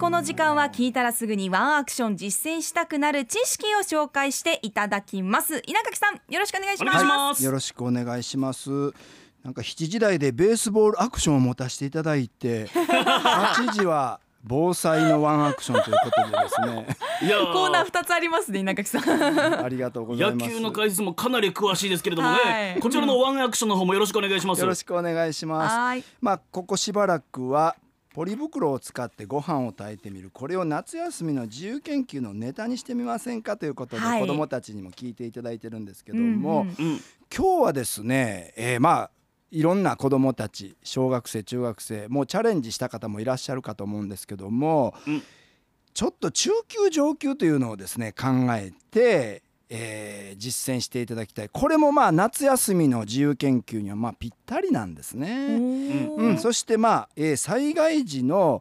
この時間は聞いたらすぐにワンアクション実践したくなる知識を紹介していただきます稲垣さんよろしくお願いしますお願いしますよろしくお願いします。なんか7時台でベースボールアクションを持たせていただ いて、8時は防災のワンアクションということでですね、いやコーナー二つありますね稲垣さん ありがとうござい野ます。球の解説もかなり詳しいですけれどもね、はいこちらのワンアクションの方もよろしくお願いしますよろしくお願いします。はいまあここしばらくはポリ袋を使ってご飯を炊いてみるこれを夏休みの自由研究のネタにしてみませんかということで、はい子どもたちにも聞いていただいてるんですけどうんも、うんうん、今日はですね、えーまあいろんな子どもたち小学生中学生もうチャレンジした方もいらっしゃるかと思うんですけども、うんちょっと中級上級というのをですね考えて、えー実践していただきたいこれもまあ夏休みの自由研究にはまあぴったりなんですね。おうん、ーそしてまあ、えー災害時の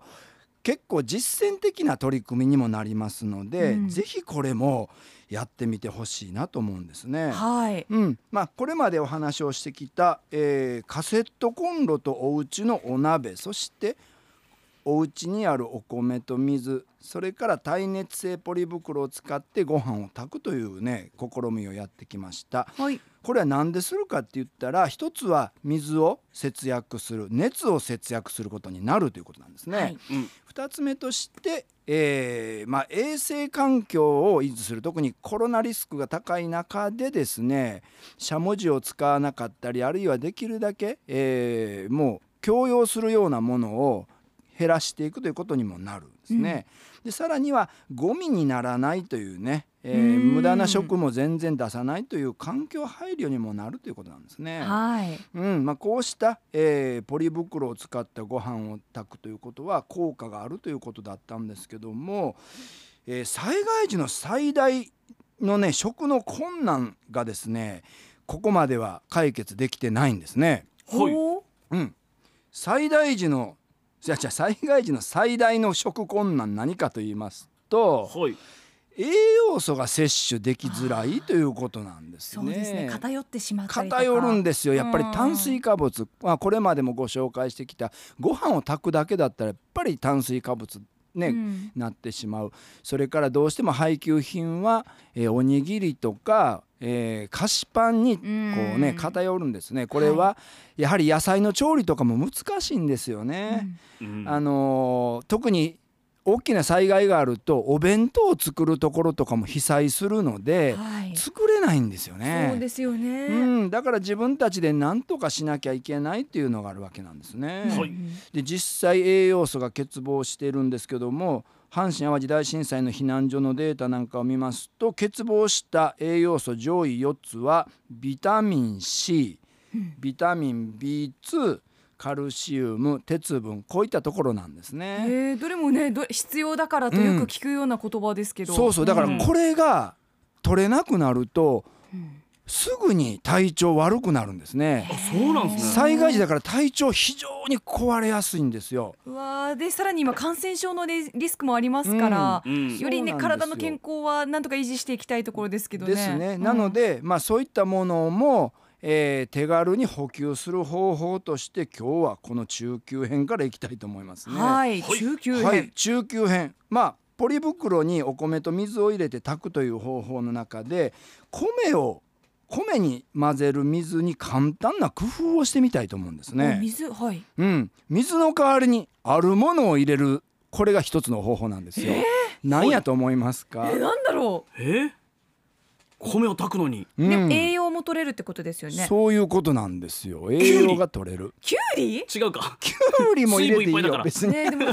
結構実践的な取り組みにもなりますので、うんぜひこれもやってみてほしいなと思うんですね。はいうんまあ、これまでお話をしてきた、えーカセットコンロとお家のお鍋そしてお家にあるお米と水それから耐熱性ポリ袋を使ってご飯を炊くというね試みをやってきました。はいこれは何でするかって言ったら一つは水を節約する熱を節約することになるということなんですね。はいうん2つ目として、えーまあ、衛生環境を維持する特にコロナリスクが高い中でですねしゃもじを使わなかったりあるいはできるだけ、えーもう強要するようなものを減らしていくということにもなるんですね。でさらにはゴミにならないというね、えーうん無駄な食も全然出さないという環境配慮にもなるということなんですね。はいうんまあ、こうした、えーポリ袋を使ったご飯を炊くということは効果があるということだったんですけども、えー災害時の最大のね食の困難がですねここまでは解決できてないんですね。はいおーうん、災害時のじゃじゃ災害時の最大の食困難何かと言いますとはい栄養素が摂取できづらいということなんですそね。うですね偏ってしまったりとか偏るんですよやっぱりうん炭水化物、まあ、これまでもご紹介してきたご飯を炊くだけだったらやっぱり炭水化物ね、うんなってしまうそれからどうしても配給品は、えーおにぎりとか、えー菓子パンにこうね、うん偏るんですねこれはやはり野菜の調理とかも難しいんですよね。うんあのー特に大きな災害があるとお弁当を作るところとかも被災するので、はい作れないんですよね。そうですよね、うん、だから自分たちで何とかしなきゃいけないっていうのがあるわけなんですね。はいで実際栄養素が欠乏しているんですけども阪神・淡路大震災の避難所のデータなんかを見ますと欠乏した栄養素上位4つはビタミン C ビタミン B2 カルシウム鉄分こういったところなんですえね。ーどれもねど必要だからとよく聞くような言葉ですけど、そうそうだからこれが取れなくなるとすぐに体調悪くなるんですね。あそうなんですね災害時だから体調非常に壊れやすいんですよ。うわーでさらに今感染症のリリスクもありますから、うんうんよりねそうなんで体すよの健康はなんとか維持していきたいところですけどね。ですね。うんなので、まあそういったものも、えー手軽に補給する方法として今日はこの中級編からいきたいと思いますね。はい、はい中級編、はい、中級編。まあポリ袋にお米と水を入れて炊くという方法の中で米を米に混ぜる水に簡単な工夫をしてみたいと思うんですおね。水はい。うん、水の代わりにあるものを入れるこれが一つの方法なんですよ。何やと思いますかえ？なんだろえー米を炊くのにう。うでもん栄養も取れるってことですよね。そういうことなんですよ。栄養が取れる。きゅうり？違うかきゅうりも入れていい水分いっぱいだかよら別に。ねでも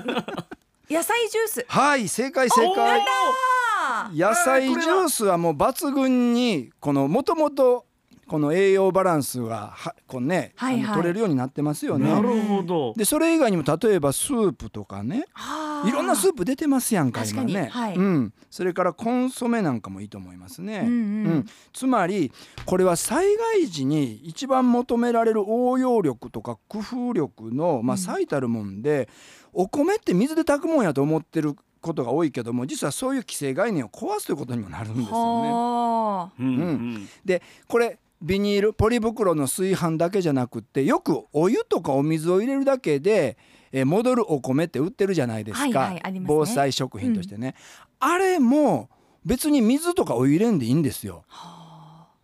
野菜ジュース。はい正解正解。あー野菜ジュースはもう抜群にこのもともとこの栄養バランスがはこうね、はいはいあの取れるようになってますよね。なるほどでそれ以外にも例えばスープとかね。はあいろんなスープ出てますやんか確か今にね、はいうん、それからコンソメなんかもいいと思いますね、うんうんつまりこれは災害時に一番求められる応用力とか工夫力の、まあ、最たるもんで、お米って水で炊くもんやと思ってることが多いけども実はそういう既成概念を壊すということにもなるんですよね。はあうんうでこれビニールポリ袋の炊飯だけじゃなくってよくお湯とかお水を入れるだけで、えー戻るお米って売ってるじゃないですか、はいはいありますね防災食品としてね、あれも別に水とかお湯入れんでいいんですよ、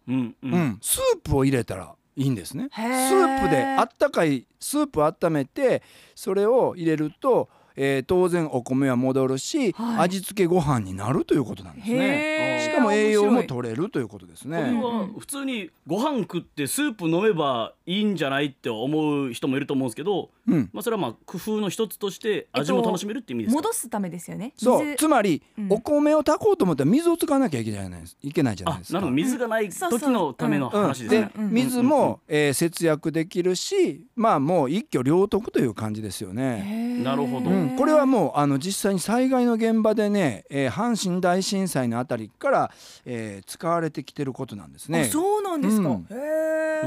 うんううんんスープを入れたらいいんですねスへーープであったかいスープを温めてそれを入れると、えー当然お米は戻るし、はい味付けご飯になるということなんですねへーしかも栄養も面白い取れるということですこれねは普通にご飯食ってスープ飲めばいいんじゃないって思う人もいると思うんですけど、うんまあ、それはまあ工夫の一つとして味も楽しめるって意味ですか、戻すためですよねそう水つまり、うんお米を炊こうと思ったら水を使わなきゃいけないじゃないですいけないじゃないあですなか。るほど水がないそうそう時のためのうん話ですね、うんうん水も、えー節約できるしまあもう一挙両得という感じですよね。なるほどうへん、これはもうあの実際に災害の現場でね、えー阪神大震災のあたりから、えー使われてきてることなんですあね。そうなんですか、うんへう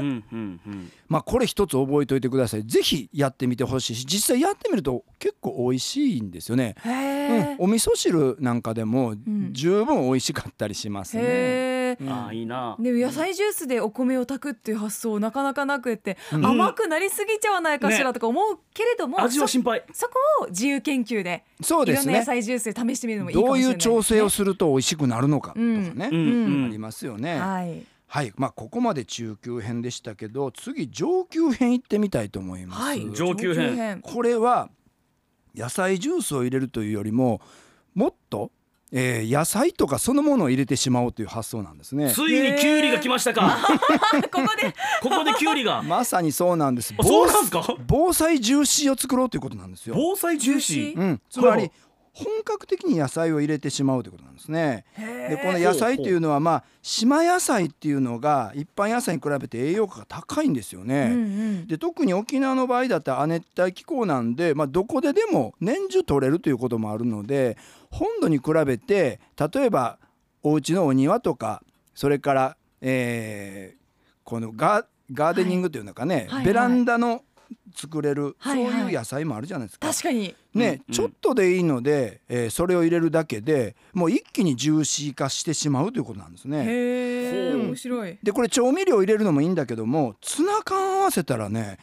え、んうんうんまあこれ一つ覚えておいてください。ぜひやってみてほしいし実際やってみると結構美味しいんですよね。へうんえ、、お味噌汁なんかでもん十分美味しかったりしますね。へえう。んああいいな、でも野菜ジュースでお米を炊くっていう発想なかなかなくって、うん甘くなりすぎちゃわないかしらとか思うけれども、味はそ心配そこを自由研究でそういでろんすな野ね。菜ジュースで試してみるのもいいかどもうしれいないうですね調整をすると美味しくなるのかとかね、うんうんうあんりますよね。はい、はいまあここまで中級編でしたけど、次上級編行ってみたいと思います。はい上級編これは野菜ジュースを入れるというよりも、もっと、えー野菜とかそのものを入れてしまおうという発想なんですね。ついにキュウリが来ましたかここでここでキュウリがまさにそうなんです。あそうなんですか防災ジューシーを作ろうということなんですよ。 防災重視ジューシーうん、つまり本格的に野菜を入れてしまうということなんですね。でこの野菜というのはまあ島野菜っていうのが一般野菜に比べて栄養価が高いんですようんうね。んで特に沖縄の場合だったら亜熱帯気候なんで、まあ、どこででも年中取れるということもあるので本土に比べて例えばお家のお庭とかそれから、えーこのガガーデニングというのかね、はいはいベランダの作れる、はいはいそういう野菜もあるじゃないですか。確かにね、うんちょっとでいいので、えーそれを入れるだけでもう一気にジューシー化してしまうということなんですね。へえほう面白いでこれ調味料入れるのもいいんだけどもツナ缶合わせたらね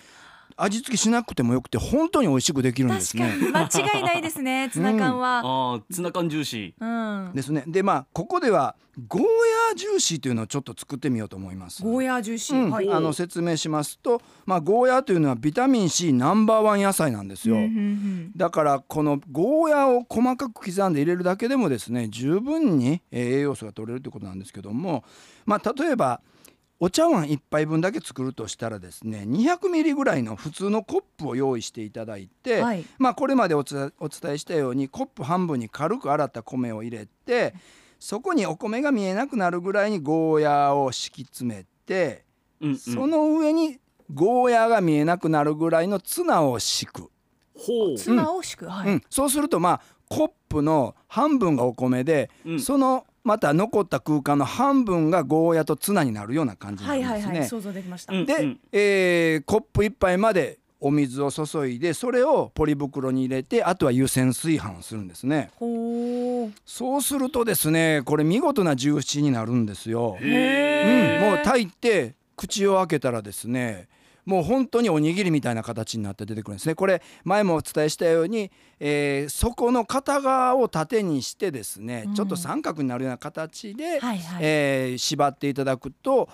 味付けしなくてもよくて本当に美味しくできるんです確かね。に間違いないですねツナ缶は、ああツナ缶重視うんですね。でまあここではゴーヤージューシーというのをちょっと作ってみようと思います。ゴーヤージューシうー、んはいあの説明しますと、まあ、ゴーヤーというのはビタミン C ナンバーワン野菜なんですよ。うんうんうんだからこのゴーヤを細かく刻んで入れるだけでもですね十分にえー栄養素が取れるということなんですけども、まあ、例えばお茶碗1杯分だけ作るとしたらですね200ミリぐらいの普通のコップを用意していただいて、はいまあ、これまでおつお伝えしたようにコップ半分に軽く洗った米を入れてそこにお米が見えなくなるぐらいにゴーヤを敷き詰めてうんうんその上にゴーヤが見えなくなるぐらいのツナを敷く。ほうツナを敷く、はい、うん、そうするとまあコップの半分がお米で、うんそのまた残った空間の半分がゴーヤとツナになるような感じにはなるいんはいですはいね。想像できました、うんで、うんえーコップ1杯までお水を注いでそれをポリ袋に入れてあとは湯煎炊飯をするんですねほうそうするとですねこれ見事なジューシーになるんですよ、うん、へもう炊いて口を開けたらですねもう本当におにぎりみたいな形になって出てくるんですねこれ前もお伝えしたように、えー底の片側を縦にしてですね、うんちょっと三角になるような形で、はいはいえー縛っていただくと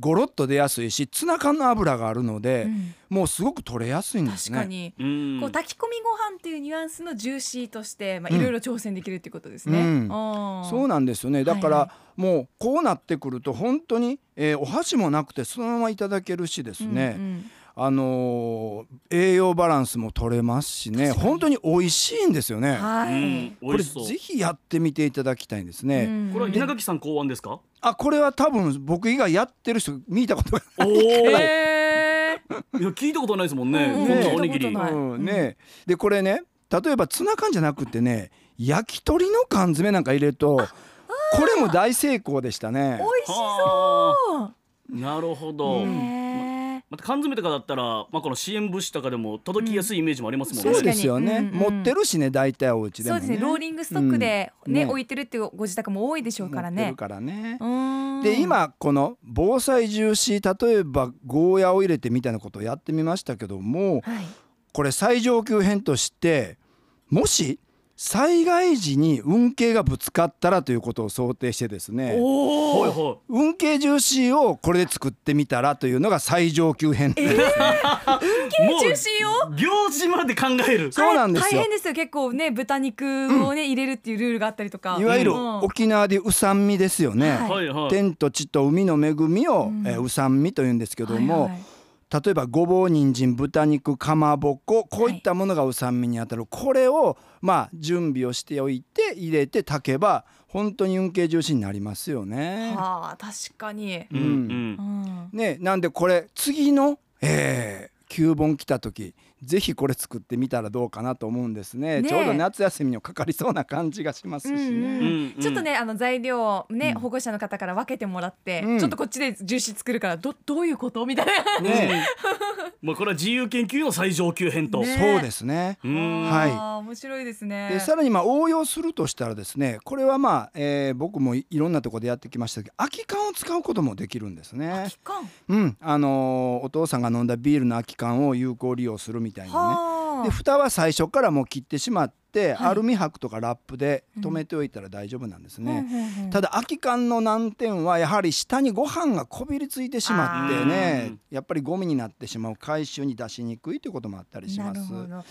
ゴロッと出やすいしツナ缶の油があるので、うんもうすごく取れやすいんです確かね。に、うんこう炊き込みご飯っていうニュアンスのジューシーとして、まあ、いろいろ挑戦できるっていうことですね、うんあーそうなんですよねだから、はいはもうこうなってくると本当に、えーお箸もなくてそのままいただけるしですね、うんうんあのー栄養バランスも取れますしね本当に美味しいんですよね。はい、うん美これ味しそうぜひやってみていただきたいんですね。うんこれは稲垣さん考案ですかあこれは多分僕以外やってる人見たことがおお へーいや聞いたことないですもんね。うんこんなおに聞ぎいた。りな、はいいうんねでこれね例えばツナ缶じゃなくてね焼き鳥の缶詰なんか入れるとこれも大成功でしたね美。味しそう。なるほそう、ど。ねまた缶詰とかだったら、まあこの支援物資とかでも届きやすいイメージもありますもんね。そうですよね、確かにうんうん持ってるしね大体お家でそもうね。ですねローリングストックで、うんねね置いてるっていうご自宅も多いでしょうから持ってねるからね。うんで今この防災重視例えばゴーヤを入れてみたいなことをやってみましたけどはもい、これ最上級編としてもし災害時に運慶がぶつかったらということを想定してですねおお、はいはい運慶重視をこれで作ってみたらというのが最上級編なんです、もう中止よ行事まで考える。そうなんです大よ変ですよ結構ね豚肉をね、入れるっていうルールがあったりとかいわゆるうん沖縄でうさんみですよね、はいはいはい。天と地と海の恵みを、えーうさんみというんですけども、はいはい例えばごぼう人参豚肉かまぼっここういったものがうさんみにあたる、これをまあ準備をしておいて入れて炊けば本当に運慶重視になりますよね。はあ確かに、うんうんう。ん、ねなんでこれ次の、えー、旧本来た時ぜひこれ作ってみたらどうかなと思うんですねねちょうど夏休みにもかかりそうな感じがしますしね。うんうんうんちょっとねあの材料をね、保護者の方から分けてもらって、うんちょっとこっちで重視作るからどどういうことみたいな。ね まあこれは自由研究の最上級編と。ねそうですね。うん。はいあー面白いですね。でさらにまあ応用するとしたらですねこれはまあ、えー僕もいいろんなところでやってきましたけど空き缶を使うこともできるんですね期。間うんあのーお父さんが飲んだビールの空き缶を有効利用するみたいなね。はで蓋は最初からもう切ってしまって、はいアルミ箔とかラップで留めておいたら大丈夫なんですあね。うんうんうんただ空き缶の難点はやはり下にご飯がこびりついてしまってあーねやっぱりゴミになってしまう回収に出しにくいということもあったりしなまるす。ほど。う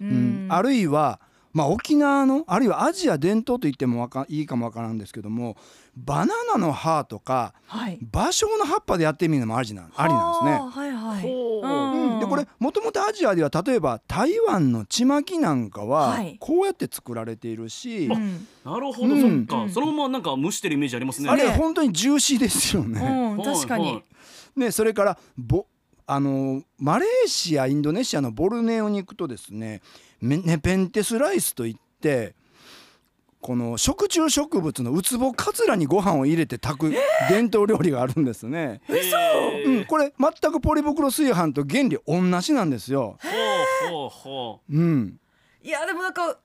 うん、あるいは、まあ、沖縄のあるいはアジア伝統と言ってもわかいいかもわからんですけどもバナナの葉とかはい。芭蕉の葉っぱでやってみるのもありなんありなんですね。はあはいはい。ほううんうんでこれもともとアジアでは例えば台湾のちまきなんかははいこうやって作られているし、うんなるほど、うんそっか。そのままなんか蒸してるイメージありますね。あねれ本当にジューシーですよね。うん、確かはいはにい。ね、それからボあのマレーシアインドネシアのボルネオに行くとですねメネペンテスライスといってこの食虫植物のウツボカツラにご飯を入れて炊く伝統料理があるんですね。嘘。うん、これ全くポリ袋炊飯と原理同じなんですよ。ほうほうほうん、いやでもなんか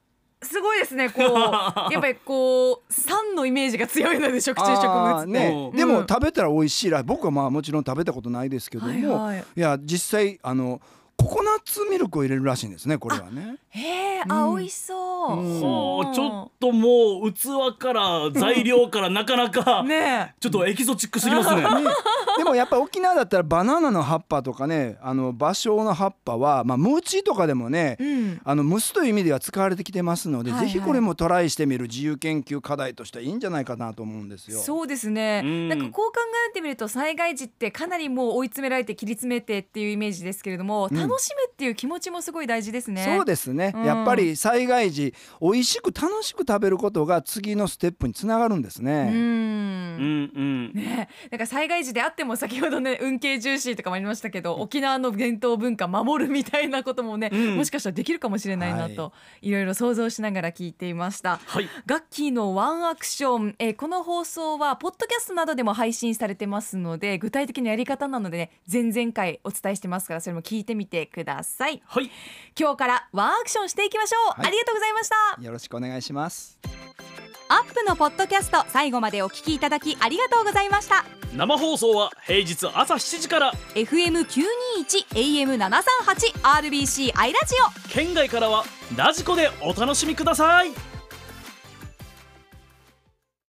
すごいですね。こうやっぱりこう酸のイメージが強いので食虫植物あーって。ねう、んでも食べたら美味しいら僕はまあもちろん食べたことないですけども、はいいはいや実際あのココナッツミルクを入れるらしいんですねこれはね。へえ、あ、美味しそうう。う。んほう、ちょっっともう器から材料からなかなか。ねちょっとエキゾチックすぎますね。ねでもやっぱ沖縄だったらバナナの葉っぱとかねあの芭蕉の葉っぱは、まあ、ムーチーとかでもね、え。うん。あの蒸すという意味では使われてきてますので、はいはいぜひこれもトライしてみる自由研究課題としてはいいんじゃないかなと思うんですよ。そうですね、うんなんかこう考えてみると災害時ってかなりもう追い詰められて切り詰めてっていうイメージですけれども、うん楽しむっていう気持ちもすごい大事ですねそうですね、うんやっぱり災害時美味しく楽しく食べることが次のステップにつながるんですうね。うんんうん。ねえ、なんか災害時であっても先ほどね運慶重視とかもありましたけど沖縄の伝統文化守るみたいなこともね、うんもしかしたらできるかもしれないなと、、はいろいろ想像しながら聞いていました。はい。ガッキーのワンアクション、えーこの放送はポッドキャストなどでも配信されてますので具体的なやり方なので、ね、前々回お伝えしてますからそれも聞いてみてくださいはい。今日からワンアクションしていきましょう、はいありがとうございましたよろしくお願いします。アップのポッドキャスト最後までお聞きいただきありがとうございました生放送は平日朝7時から FM921 AM738 RBC アイラジオ県外からはラジコでお楽しみください